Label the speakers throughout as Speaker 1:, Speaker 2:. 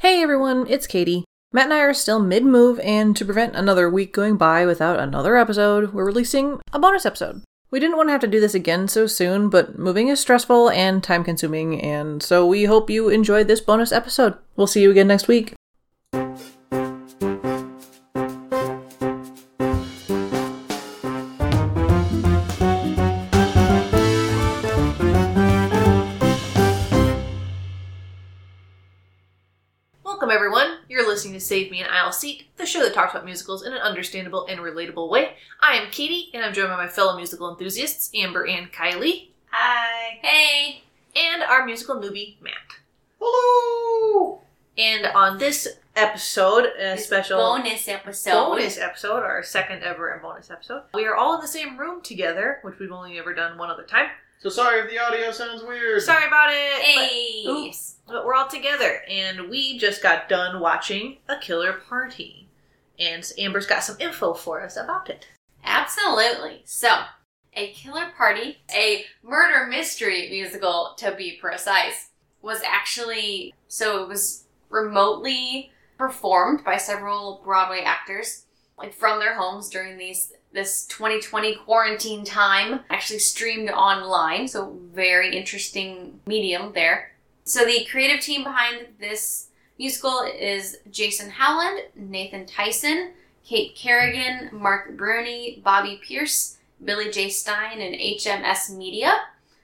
Speaker 1: Hey everyone, it's Katie. Matt and I are still mid move, and to prevent another week going by without another episode, we're releasing a bonus episode. We didn't want to have to do this again so soon, but moving is stressful and time consuming, and so we hope you enjoyed this bonus episode. We'll see you again next week. Welcome, everyone. You're listening to Save Me an Aisle Seat, the show that talks about musicals in an understandable and relatable way. I am Katie, and I'm joined by my fellow musical enthusiasts, Amber and Kylie,
Speaker 2: Hi. Hey.
Speaker 1: and our musical newbie, Matt.
Speaker 2: Hello.
Speaker 1: And on this episode, a special
Speaker 2: bonus episode.
Speaker 1: bonus episode, our second ever and bonus episode, we are all in the same room together, which we've only ever done one other time.
Speaker 3: So sorry if the audio sounds weird.
Speaker 1: Sorry about it.
Speaker 2: Hey.
Speaker 1: But, oops, but we're all together, and we just got done watching A Killer Party. And Amber's got some info for us about it.
Speaker 2: Absolutely. So, a killer party, a murder mystery musical to be precise, was actually so it was remotely performed by several Broadway actors, like from their homes during these this 2020 quarantine time. Actually streamed online, so very interesting medium there. So the creative team behind this musical is Jason Howland, Nathan Tyson, Kate Kerrigan, Mark Bruni, Bobby Pierce, Billy J. Stein, and HMS Media.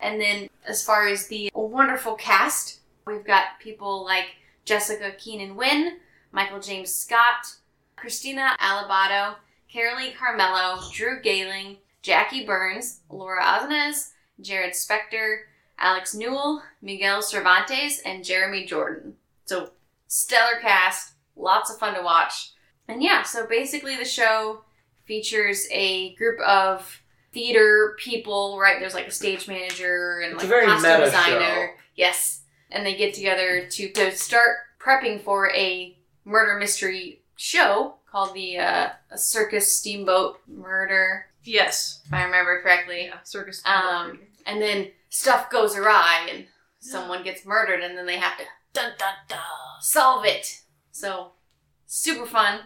Speaker 2: And then, as far as the wonderful cast, we've got people like Jessica Keenan Wynn, Michael James Scott, Christina Alabato, Carolee Carmelo, Drew Galing, Jackie Burns, Laura Osnes, Jared Spector, Alex Newell, Miguel Cervantes, and Jeremy Jordan. So, stellar cast, lots of fun to watch. And yeah, so basically the show features a group of theater people, right? There's like a stage manager and
Speaker 3: It's
Speaker 2: like
Speaker 3: a very
Speaker 2: costume
Speaker 3: meta
Speaker 2: designer.
Speaker 3: show.
Speaker 2: Yes. And they get together to, to start prepping for a murder mystery show called the uh, Circus Steamboat Murder,
Speaker 1: Yes.
Speaker 2: if I remember correctly.
Speaker 1: Yeah, circus.
Speaker 2: Um, and then stuff goes awry and someone gets murdered and then they have to dun dun dun solve it. So super fun.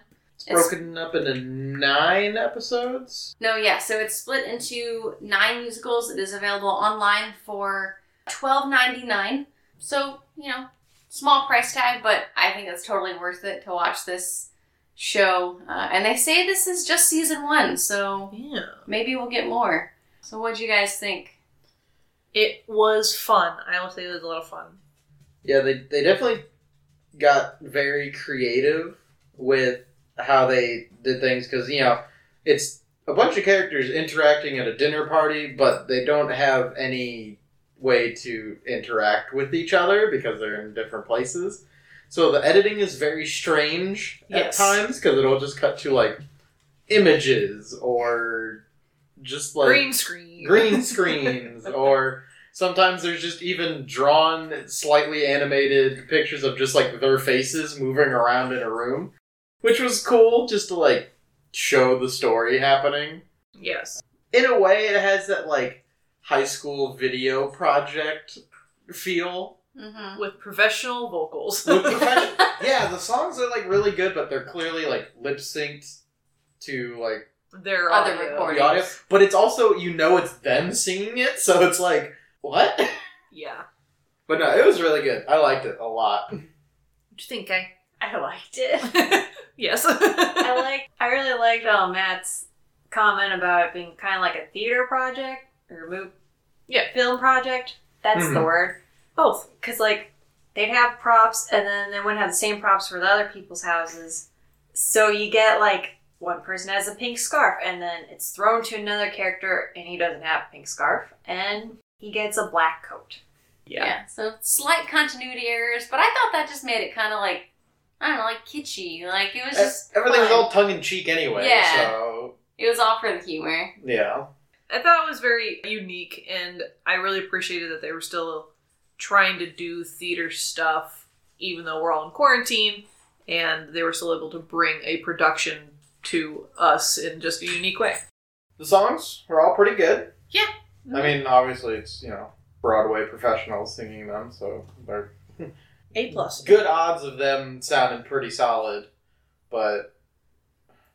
Speaker 3: It's broken up into nine episodes.
Speaker 2: No, yeah. So it's split into nine musicals. It is available online for twelve ninety nine. So you know, small price tag, but I think it's totally worth it to watch this show. Uh, and they say this is just season one, so
Speaker 1: yeah.
Speaker 2: maybe we'll get more. So what do you guys think?
Speaker 1: It was fun. I will say it was a lot of fun.
Speaker 3: Yeah, they they definitely got very creative with how they did things because you know it's a bunch of characters interacting at a dinner party, but they don't have any way to interact with each other because they're in different places. So the editing is very strange
Speaker 1: Yes.
Speaker 3: at times because it'll just cut to like images or just like
Speaker 1: green screen.
Speaker 3: green screens or sometimes there's just even drawn slightly animated pictures of just like their faces moving around in a room which was cool just to like show the story happening
Speaker 1: Yes.
Speaker 3: in a way it has that like high school video project feel
Speaker 2: Mm-hmm.
Speaker 1: With professional vocals.
Speaker 3: With profession- yeah the songs are like really good but they're clearly like lip synced to like
Speaker 1: Their
Speaker 2: Other
Speaker 1: audio.
Speaker 2: recording.
Speaker 3: the audio but it's also you know it's them singing it so it's like what
Speaker 1: Yeah.
Speaker 3: But no, it was really good. I liked it a lot.
Speaker 1: What do you think, Guy?
Speaker 4: I liked it.
Speaker 1: yes.
Speaker 4: I like. I really liked all Matt's comment about it being kind of like a theater project or move,
Speaker 1: Yeah.
Speaker 4: film project. That's the
Speaker 3: Mhm.
Speaker 4: word.
Speaker 1: Both.
Speaker 4: Because like they'd have props, and then they wouldn't have the same props for the other people's houses. So you get like one person has a pink scarf, and then it's thrown to another character, and he doesn't have a pink scarf, and he gets a black coat.
Speaker 2: Yeah. So slight continuity errors, but I thought that just made it kind of like I don't know, like kitschy. Like it was just
Speaker 3: E-, Everything was
Speaker 2: fun.
Speaker 3: all tongue in cheek anyway.
Speaker 2: Yeah.
Speaker 3: So
Speaker 2: It was all for the humor.
Speaker 3: yeah,
Speaker 1: I thought it was very unique, and I really appreciated that they were still trying to do theater stuff, even though we're all in quarantine, and they were still able to bring a production to us in just a unique way.
Speaker 3: the songs were all pretty good.
Speaker 1: Yeah.
Speaker 3: I mean, obviously it's you know Broadway professionals singing them, so they're
Speaker 1: A plus.
Speaker 3: Good odds of them sounding pretty solid, but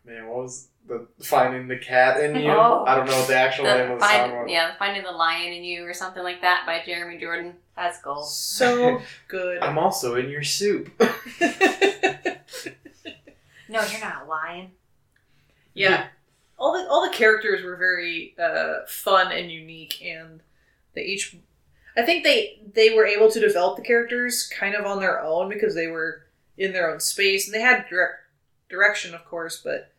Speaker 3: man, what was the finding the cat in you?
Speaker 4: Oh.
Speaker 3: I don't know what the actual name
Speaker 2: The
Speaker 3: of the song
Speaker 2: find,
Speaker 3: was.
Speaker 2: yeah, Finding the Lion in You or something like that by Jeremy Jordan.
Speaker 4: That's gold.
Speaker 1: So good.
Speaker 3: I'm also in your soup.
Speaker 4: No, you're not lying.
Speaker 1: yeah. All the all the characters were very uh, fun and unique, and they each. I think they they were able to develop the characters kind of on their own because they were in their own space and they had direct direction, of course, but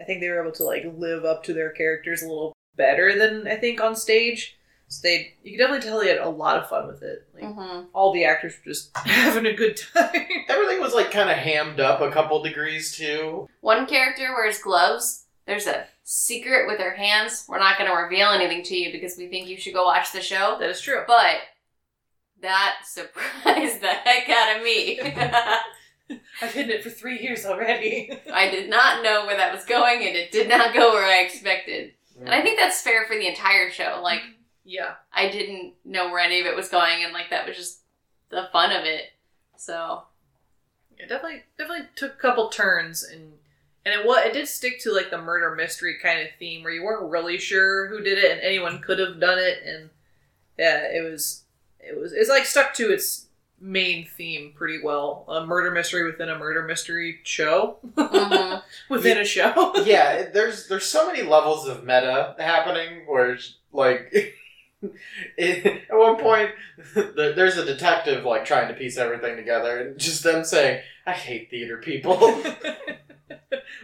Speaker 1: I think they were able to like live up to their characters a little better than I think on stage. So they you could definitely tell they had a lot of fun with it. Like
Speaker 2: Mm-hmm.
Speaker 1: all the actors were just having a good time.
Speaker 3: Everything was like kind of hammed up a couple degrees too.
Speaker 2: One character wears gloves. There's a secret with her hands. We're not going to reveal anything to you because we think you should go watch the show.
Speaker 1: that is true.
Speaker 2: But that surprised the heck out of me.
Speaker 1: I've hidden it for three years already.
Speaker 2: I did not know where that was going, and it did not go where I expected. And I think that's fair for the entire show. Like,
Speaker 1: yeah.
Speaker 2: I didn't know where any of it was going, and like that was just the fun of it. So
Speaker 1: It definitely definitely took a couple turns and and it was it did stick to like the murder mystery kind of theme where you weren't really sure who did it and anyone could have done it and yeah it was it was it's like stuck to its main theme pretty well a murder mystery within a murder mystery show
Speaker 2: mhm.
Speaker 1: within a show
Speaker 3: yeah, it- there's there's so many levels of meta happening where it's like it, at one point there- there's a detective like trying to piece everything together and just them saying I hate theater people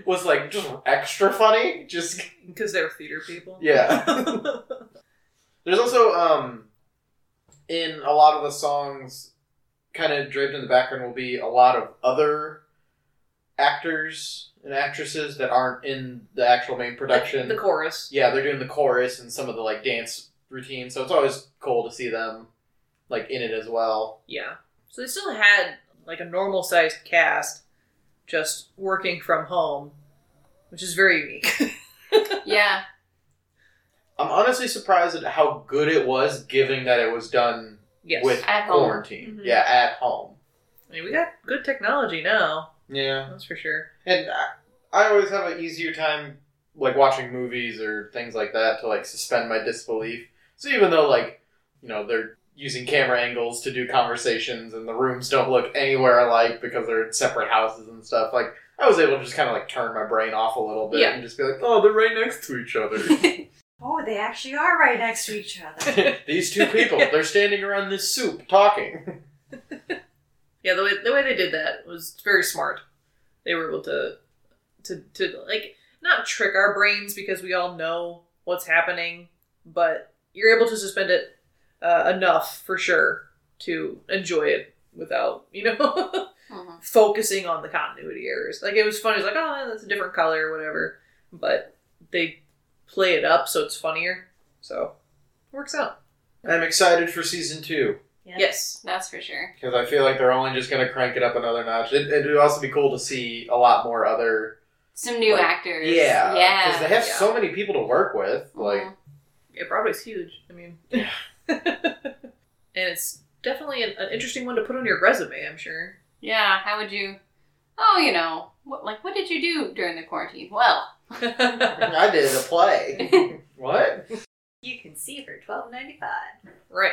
Speaker 3: was like just extra funny. Just
Speaker 1: because they're theater people
Speaker 3: yeah. There's also um in a lot of the songs kind of draped in the background will be a lot of other actors and actresses that aren't in the actual main production.
Speaker 1: the chorus
Speaker 3: yeah, they're doing the chorus and some of the like dance routines, so it's always cool to see them like in it as well.
Speaker 1: Yeah. So they still had like a normal sized cast just working from home, which is very unique.
Speaker 2: yeah,
Speaker 3: I'm honestly surprised at how good it was given that it was done
Speaker 1: yes.
Speaker 3: with
Speaker 2: At home. Mm-hmm.
Speaker 3: quarantine.
Speaker 4: Mhm.
Speaker 3: Yeah, at home.
Speaker 1: I mean, we got good technology now,
Speaker 3: Yeah.
Speaker 1: that's for sure.
Speaker 3: And I, I always have an easier time like watching movies or things like that to like suspend my disbelief. So even though like you know they're using camera angles to do conversations and the rooms don't look anywhere alike because they're in separate houses and stuff, like I was able to just kind of like turn my brain off a little bit
Speaker 1: Yeah.
Speaker 3: and just be like, oh, they're right next to each other.
Speaker 4: Oh, they actually are right next to each other.
Speaker 3: These two people, they're standing around this soup talking.
Speaker 1: Yeah, the way the way they did that was very smart. They were able to to to like not trick our brains because we all know what's happening, but you're able to suspend it uh, enough for sure to enjoy it without you know
Speaker 2: Mhm.
Speaker 1: focusing on the continuity errors. Like it was funny. It's like, oh, that's a different color, or whatever. But they play it up so it's funnier. So it works out.
Speaker 3: I'm excited for season two
Speaker 4: Yeah.
Speaker 1: Yes.
Speaker 2: that's for sure.
Speaker 3: because I feel like they're only just going to crank it up another notch. It, it'd also be cool to see a lot more other
Speaker 2: Some new
Speaker 3: Like,
Speaker 2: actors.
Speaker 3: Yeah, Mm-hmm. because
Speaker 2: yeah.
Speaker 3: they have
Speaker 1: yeah.
Speaker 3: so many people to work with. Like,
Speaker 2: Mhm.
Speaker 1: Yeah, Broadway's huge. I mean, and it's definitely an, an interesting one to put on your resume. I'm sure.
Speaker 2: yeah. How would you? Oh, you know, what, like what did you do during the quarantine? Well,
Speaker 3: I did a play. what?
Speaker 4: You can see for twelve ninety five.
Speaker 1: right.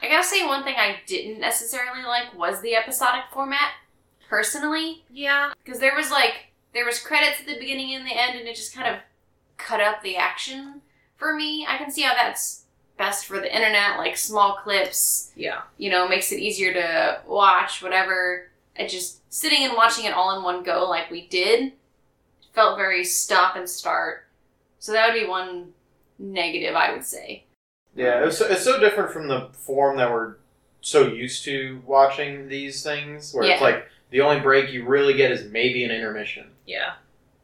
Speaker 2: I gotta say one thing I didn't necessarily like was the episodic format. Personally,
Speaker 1: Yeah.
Speaker 2: because there was like there was credits at the beginning and the end and it just kind of cut up the action for me i can see how that's best for the internet like small clips
Speaker 1: Yeah.
Speaker 2: you know makes it easier to watch whatever it just sitting and watching it all in one go like we did felt very stop and start so that would be one negative i would say
Speaker 3: Yeah, it's so, it's so different from the form that we're so used to watching these things, where it's
Speaker 2: Yeah.
Speaker 3: like the only break you really get is maybe an intermission.
Speaker 1: Yeah.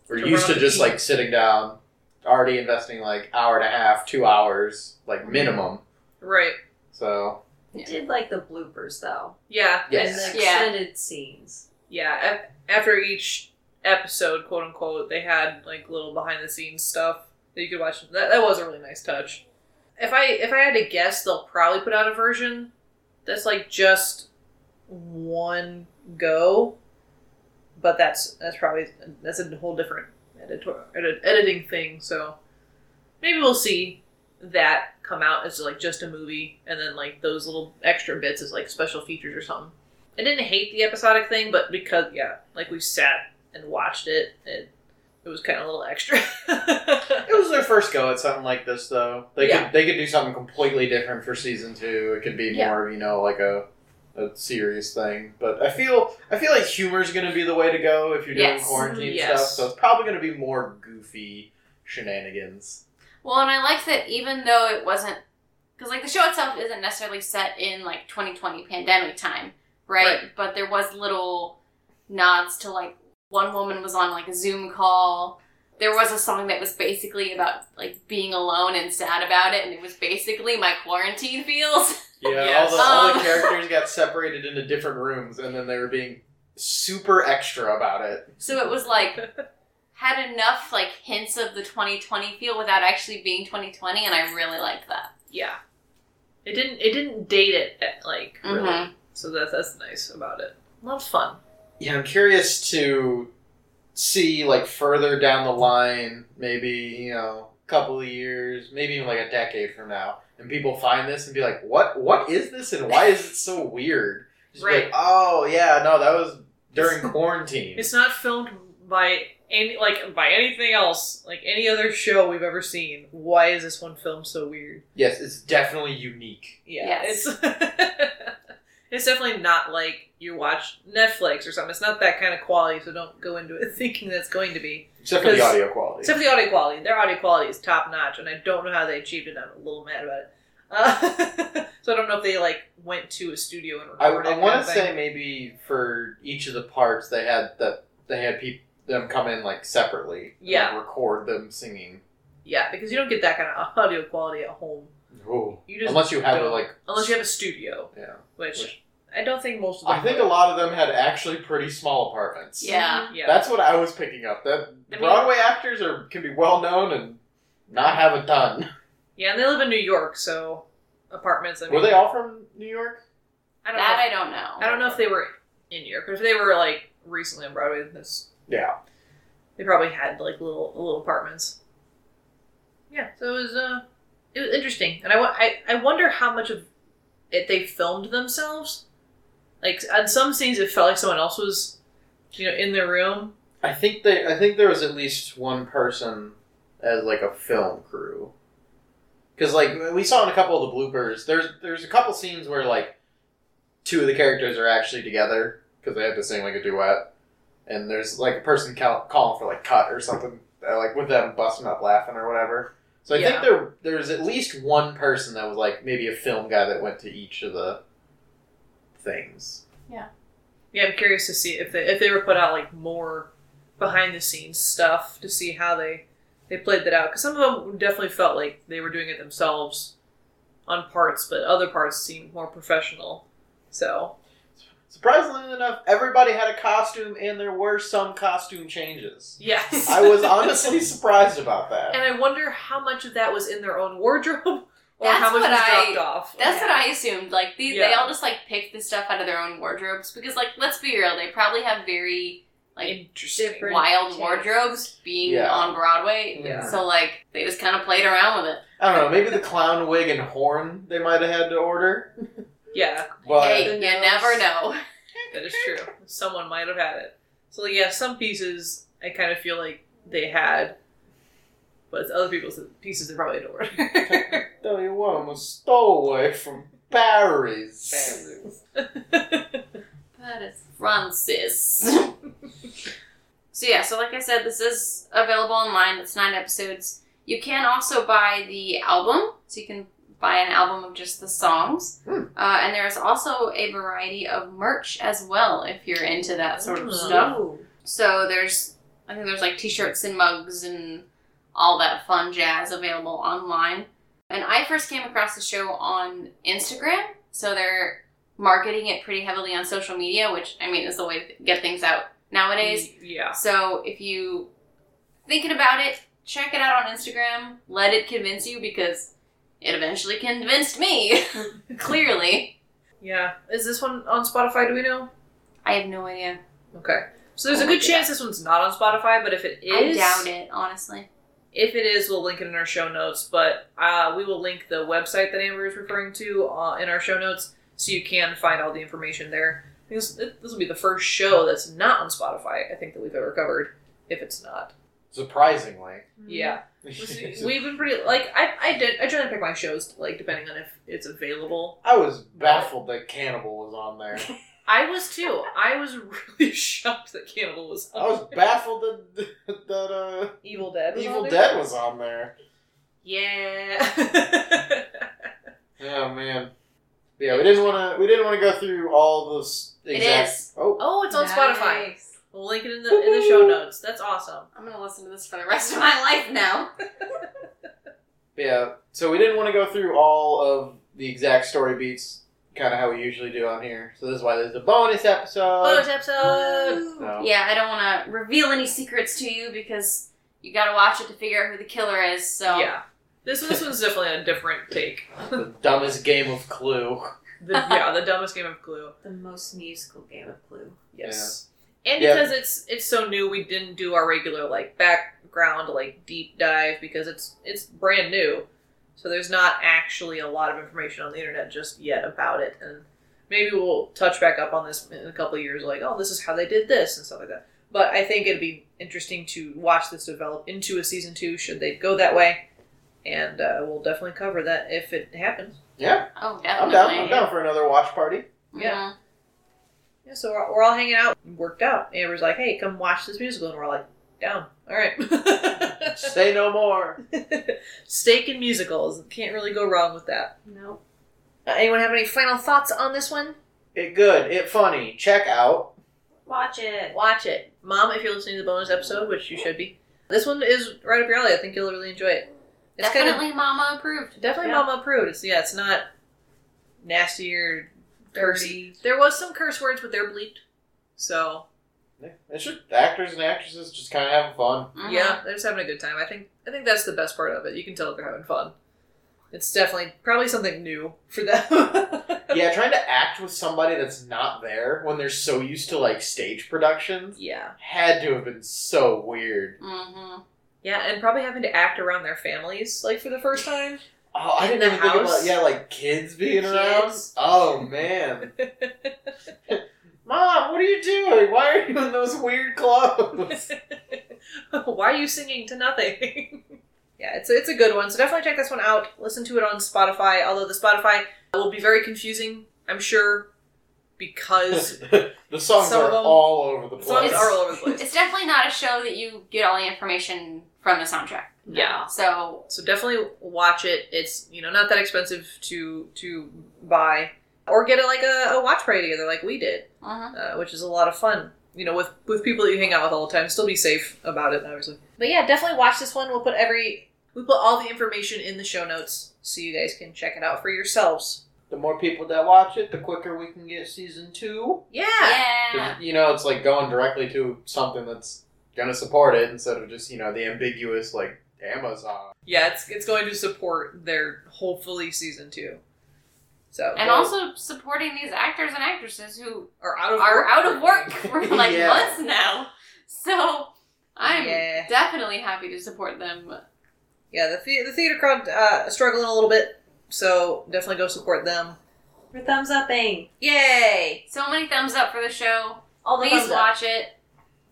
Speaker 3: We're
Speaker 1: To
Speaker 3: used
Speaker 1: run
Speaker 3: to
Speaker 1: the
Speaker 3: just
Speaker 1: team.
Speaker 3: like sitting down, already investing like hour and a half, two hours, like minimum.
Speaker 1: Right.
Speaker 3: So
Speaker 2: Yeah.
Speaker 4: Did like the bloopers though,
Speaker 1: Yeah.
Speaker 3: Yes.
Speaker 4: and the
Speaker 2: Yeah.
Speaker 4: extended scenes.
Speaker 1: yeah af- after each episode quote unquote they had like little behind the scenes stuff that you could watch that, that was a really nice touch if i if i had to guess they'll probably put out a version that's like just one go, but that's that's probably that's a whole different editor edit, editing thing. So maybe we'll see that come out as like just a movie, and then like those little extra bits as like special features or something. I didn't hate the episodic thing, but because yeah, like we sat and watched it, it it was kind of a little extra.
Speaker 3: It was their first go at something like this, though. They
Speaker 1: Yeah.
Speaker 3: could they could do something completely different for season two. It could be
Speaker 1: Yeah.
Speaker 3: more, you know, like a a serious thing. But I feel I feel like humor is going to be the way to go if you're doing
Speaker 2: Yes.
Speaker 3: quarantine
Speaker 1: Yes.
Speaker 3: stuff. So it's probably going to be more goofy shenanigans.
Speaker 2: Well, and I like that even though it wasn't, because like the show itself isn't necessarily set in like 2020 pandemic time, right? But there was little nods to like one woman was on like a Zoom call. There was a song that was basically about like being alone and sad about it, and it was basically my quarantine feels.
Speaker 3: Yeah,
Speaker 1: Yes. Uh.
Speaker 3: all the all the
Speaker 2: Um.
Speaker 3: characters got separated into different rooms, and then they were being super extra about it.
Speaker 2: So it was like had enough like hints of the 2020 feel without actually being 2020, and I really liked that.
Speaker 1: yeah, it didn't it didn't date it at, like really.
Speaker 2: Mhm.
Speaker 1: So that that's nice about it. A lot of fun.
Speaker 3: Yeah, I'm curious to see like further down the line, maybe you know, a couple of years, maybe even like a decade from now, and people find this and be like, "What? What is this? And why is it so weird?" Just be
Speaker 1: Right.
Speaker 3: like, "Oh yeah, no, that was during quarantine."
Speaker 1: It's not filmed by any like by anything else, like any other show we've ever seen. Why is this one filmed so weird?
Speaker 3: yes, it's definitely unique.
Speaker 1: Yeah,
Speaker 2: Yes.
Speaker 1: it's it's definitely not like you watch Netflix or something. It's not that kind of quality, so don't go into it thinking that's going to be.
Speaker 3: Except for the
Speaker 1: 'Cause-
Speaker 3: audio quality.
Speaker 1: Except for the audio quality, their audio quality is top notch, and I don't know how they achieved it. I'm a little mad about it. Uh, so I don't know if they like went to a studio and
Speaker 3: I,
Speaker 1: recorded.
Speaker 3: I
Speaker 1: kind
Speaker 3: want
Speaker 1: of
Speaker 3: to
Speaker 1: thing.
Speaker 3: say maybe for each of the parts they had that they had people them come in like separately. and,
Speaker 1: Yeah.
Speaker 3: like, record them singing.
Speaker 1: yeah, because you don't get that kind of audio quality at home
Speaker 3: Ooh.
Speaker 1: You just
Speaker 3: unless you have a,
Speaker 1: don't-
Speaker 3: like
Speaker 1: unless you have a studio,
Speaker 3: yeah.
Speaker 1: which,
Speaker 3: Which-
Speaker 1: I don't think most of them.
Speaker 3: I think a lot of them had actually pretty small apartments.
Speaker 2: Yeah.
Speaker 1: Yeah,
Speaker 3: That's what I was picking up. That
Speaker 1: mean-
Speaker 3: Broadway actors are can be well known and not have a ton.
Speaker 1: yeah, and they live in New York, so apartments. I mean,
Speaker 3: Were they all from New York?
Speaker 1: I don't know.
Speaker 2: That I don't know.
Speaker 1: I don't know if they were in New York, but if they were like recently on Broadway, this
Speaker 3: Yeah.
Speaker 1: they probably had like little little apartments. Yeah, so it was uh, it was interesting, and I wa- I, I wonder how much of it they filmed themselves. Like on some scenes, it felt like someone else was, you know, in the room.
Speaker 3: I think they I think there was at least one person as like a film crew. Cuz like we saw in a couple of the bloopers, there's there's a couple scenes where like two of the characters are actually together cuz they had to sing like a duet and there's like a person cal- calling for like cut or something uh, like with them busting up laughing or whatever. So I
Speaker 1: Yeah.
Speaker 3: think there there's at least one person that was like maybe a film guy that went to each of the things.
Speaker 1: Yeah, I'm curious to see if they if they were put out like more behind the scenes stuff to see how they they played that out because some of them definitely felt like they were doing it themselves on parts, but other parts seemed more professional. So
Speaker 3: Surprisingly enough, everybody had a costume, and there were some costume changes.
Speaker 1: yes,
Speaker 3: I was honestly surprised about
Speaker 1: and
Speaker 3: that.
Speaker 1: I wonder how much of that was in their own wardrobe or
Speaker 2: That's
Speaker 1: how much
Speaker 2: what
Speaker 1: was
Speaker 2: I-
Speaker 1: dropped off.
Speaker 2: That's what I assumed. Like they, they
Speaker 1: Yeah.
Speaker 2: all just like pick the stuff out of their own wardrobes because like let's be real, they probably have very like
Speaker 1: interesting.
Speaker 4: different-
Speaker 2: wild
Speaker 4: Yeah.
Speaker 2: wardrobes being
Speaker 3: Yeah.
Speaker 2: on Broadway.
Speaker 1: Yeah.
Speaker 2: So like they just kind of played around with it.
Speaker 3: I don't know. Maybe the clown wig and horn they might have had to order,
Speaker 1: Yeah,
Speaker 3: but
Speaker 2: hey, you
Speaker 4: Who knows?
Speaker 2: never know.
Speaker 1: that is true. Someone might have had it. So yeah, some pieces I kind of feel like they had, but other people's pieces they probably don't order.
Speaker 3: tell you what, I'm a stowaway from Barry's.
Speaker 2: But it's Francis. so yeah, so like I said, this is available online. It's nine episodes. You can also buy the album, so you can buy an album of just the songs.
Speaker 3: Hmm.
Speaker 2: Uh, and there is also a variety of merch as well if you're into that sort
Speaker 1: Ooh.
Speaker 2: of stuff. So there's, I think there's like t-shirts and mugs and all that fun jazz available online. And I first came across the show on Instagram, so they're marketing it pretty heavily on social media, which I mean is the way to get things out nowadays.
Speaker 1: Yeah.
Speaker 2: So if you thinking about it, check it out on Instagram. Let it convince you because it eventually convinced me. Clearly.
Speaker 1: Yeah. Is this one on Spotify? Do we know?
Speaker 2: I have no idea.
Speaker 1: Okay. So there's
Speaker 2: Oh
Speaker 1: a
Speaker 2: my
Speaker 1: good chance this one's not on Spotify, but if it is,
Speaker 2: I doubt it, honestly.
Speaker 1: If it is, we'll link it in our show notes. But uh, we will link the website that Amber is referring to uh, in our show notes, so you can find all the information there. Because this this will be the first show that's not on Spotify. I think that we've ever covered. If it's not,
Speaker 3: Surprisingly.
Speaker 1: yeah, we've been pretty like I I did I try to pick my shows like depending on if it's available.
Speaker 3: I was baffled that Cannibal was on there.
Speaker 1: I was too. I was really shocked that Cannibal was.
Speaker 3: I was baffled that that
Speaker 1: Evil
Speaker 3: uh,
Speaker 1: Dead. Was
Speaker 3: Evil
Speaker 1: on there.
Speaker 3: Dead was on there.
Speaker 1: Yeah.
Speaker 3: Oh man. Yeah, we didn't want to. We didn't want to go through all those.
Speaker 2: It is.
Speaker 3: Oh,
Speaker 1: oh, it's on Spotify.
Speaker 4: Nice.
Speaker 1: We'll link it in the in the show notes. That's awesome.
Speaker 2: I'm gonna listen to this for the rest of my life now.
Speaker 3: yeah. So we didn't want to go through all of the exact story beats, kind of how we usually do on here. So this is why there's a bonus episode.
Speaker 1: Bonus episode.
Speaker 3: No.
Speaker 2: Yeah, I don't want to reveal any secrets to you because you gotta watch it to figure out who the killer is. So
Speaker 1: Yeah, this this one's definitely a different take.
Speaker 3: the dumbest game of Clue.
Speaker 1: The, yeah, the dumbest game of Clue.
Speaker 4: The most musical game of Clue.
Speaker 1: Yes. And
Speaker 3: Yeah.
Speaker 1: because it's it's so new, we didn't do our regular like background like deep dive because it's it's brand new. So there's not actually a lot of information on the internet just yet about it, and maybe we'll touch back up on this in a couple of years, like oh, this is how they did this and stuff like that. But I think it'd be interesting to watch this develop into a season two, should they go that way, and uh, we'll definitely cover that if it happens.
Speaker 3: Yeah,
Speaker 2: Oh,
Speaker 3: I'm
Speaker 2: definitely.
Speaker 3: down. I'm down for another watch party.
Speaker 1: Yeah.
Speaker 2: Mhm.
Speaker 1: Yeah, so we're, we're all hanging out, worked out. Amber's like, hey, come watch this musical, and we're all like, down. All right.
Speaker 3: Say no more.
Speaker 1: Steak and musicals. Can't really go wrong with that.
Speaker 4: Nope.
Speaker 1: Uh, anyone have any final thoughts on this one?
Speaker 3: It good. It funny. Check out.
Speaker 4: Watch it.
Speaker 1: Watch it. Mom, if you're listening to the bonus episode, which you should be, this one is right up your alley. I think you'll really enjoy it. It's
Speaker 2: definitely
Speaker 1: kind
Speaker 2: mama approved.
Speaker 1: of definitely
Speaker 4: Yeah.
Speaker 1: mama approved. It's yeah, it's not nasty or cursy. There was some curse words, but they're bleeped. So
Speaker 3: It's just actors and actresses just kind of having fun.
Speaker 2: Mhm.
Speaker 1: yeah, they're just having a good time. I think I think that's the best part of it. You can tell they're having fun. It's definitely probably something new for them.
Speaker 3: Yeah, trying to act with somebody that's not there when they're so used to like stage productions
Speaker 1: yeah.
Speaker 3: had to have been so weird.
Speaker 2: Mhm.
Speaker 1: Yeah, and probably having to act around their families like for the first time.
Speaker 3: Oh, I
Speaker 1: In
Speaker 3: didn't
Speaker 1: the
Speaker 3: even think
Speaker 1: house?
Speaker 3: about yeah, like kids being
Speaker 1: Kids.
Speaker 3: around. Oh man, mom, what are you doing? Why are you in those weird clothes?
Speaker 1: Why are you singing to nothing? yeah, it's it's a good one. So definitely check this one out. Listen to it on Spotify. Although the Spotify will be very confusing, I'm sure, because
Speaker 3: the songs
Speaker 1: Some of
Speaker 3: are
Speaker 1: them-
Speaker 3: all over
Speaker 1: the
Speaker 3: the place.
Speaker 1: songs are all over the place.
Speaker 2: It's definitely not a show that you get all the information from the soundtrack.
Speaker 1: Yeah.
Speaker 2: So
Speaker 1: So definitely watch it. It's you know not that expensive to to buy or get a, like a, a watch party together like we did.
Speaker 2: mhm.
Speaker 1: uh, which is a lot of fun. You know, with with people that you hang out with all the time, still be safe about it, obviously. But yeah, definitely watch this one. We'll put every we put all the information in the show notes so you guys can check it out for yourselves.
Speaker 3: The more people that watch it, the quicker we can get season two.
Speaker 1: Yeah,
Speaker 2: yeah.
Speaker 3: 'Cause, You know, it's like going directly to something that's gonna support it instead of just you know the ambiguous like Amazon.
Speaker 1: yeah, it's it's going to support their hopefully season two. So
Speaker 2: And also supporting these actors and actresses who
Speaker 1: are out of
Speaker 2: are
Speaker 1: work.
Speaker 2: out of work for like
Speaker 3: Yeah.
Speaker 2: months now. So I'm
Speaker 1: Yeah.
Speaker 2: definitely happy to support them.
Speaker 1: yeah. The, the- the theater crowd uh, struggling a little bit, so definitely go support them.
Speaker 4: For thumbs up, bang.
Speaker 1: Yay!
Speaker 2: So many thumbs up for the show.
Speaker 4: All the
Speaker 2: Please
Speaker 4: thumbs up.
Speaker 2: watch it,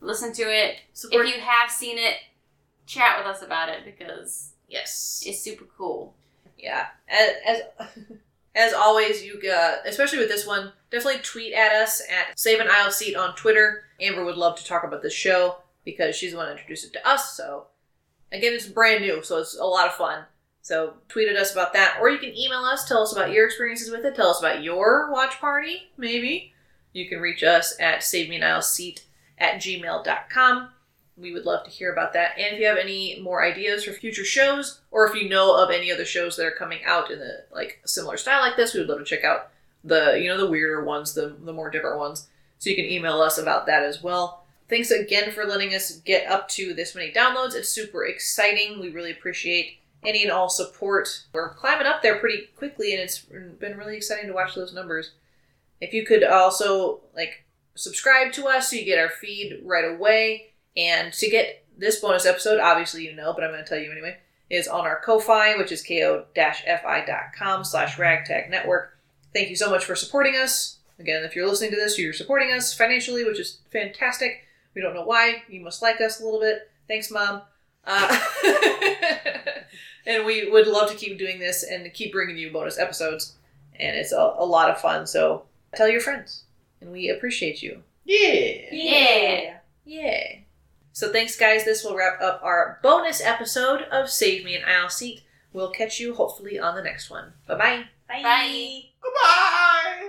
Speaker 2: listen to it.
Speaker 1: Support.
Speaker 2: If you have seen it, chat with us about it because
Speaker 1: yes.
Speaker 2: it's super cool.
Speaker 1: Yeah. As as, as always, you uh, especially with this one, definitely tweet at us at Save an Aisle Seat on Twitter. Amber would love to talk about this show because she's the one who introduced it to us. So again, it's brand new, so it's a lot of fun. So tweet at us about that, or you can email us. Tell us about your experiences with it. Tell us about your watch party, maybe. You can reach us at Save Me an Aisle Seat at gmail.com. We would love to hear about that. And if you have any more ideas for future shows, or if you know of any other shows that are coming out in the like similar style like this, we would love to check out the you know the weirder ones, the the more different ones. So you can email us about that as well. Thanks again for letting us get up to this many downloads. It's super exciting. We really appreciate any and all support. We're climbing up there pretty quickly, and it's been really exciting to watch those numbers. If you could also like subscribe to us so you get our feed right away, and to get this bonus episode, obviously you know, but I'm going to tell you anyway, is on our Ko-fi, which is ko-fi.com slash ragtag network. Thank you so much for supporting us. Again, if you're listening to this, you're supporting us financially, which is fantastic. We don't know why. You must like us a little bit. Thanks, Mom. Uh, and we would love to keep doing this and to keep bringing you bonus episodes. And it's a, a lot of fun. So tell your friends. And we appreciate you.
Speaker 3: Yeah.
Speaker 2: Yeah.
Speaker 1: Yeah. So thanks, guys. This will wrap up our bonus episode of Save Me an Aisle Seat. We'll catch you hopefully on the next one. Bye bye.
Speaker 2: Bye.
Speaker 3: Goodbye.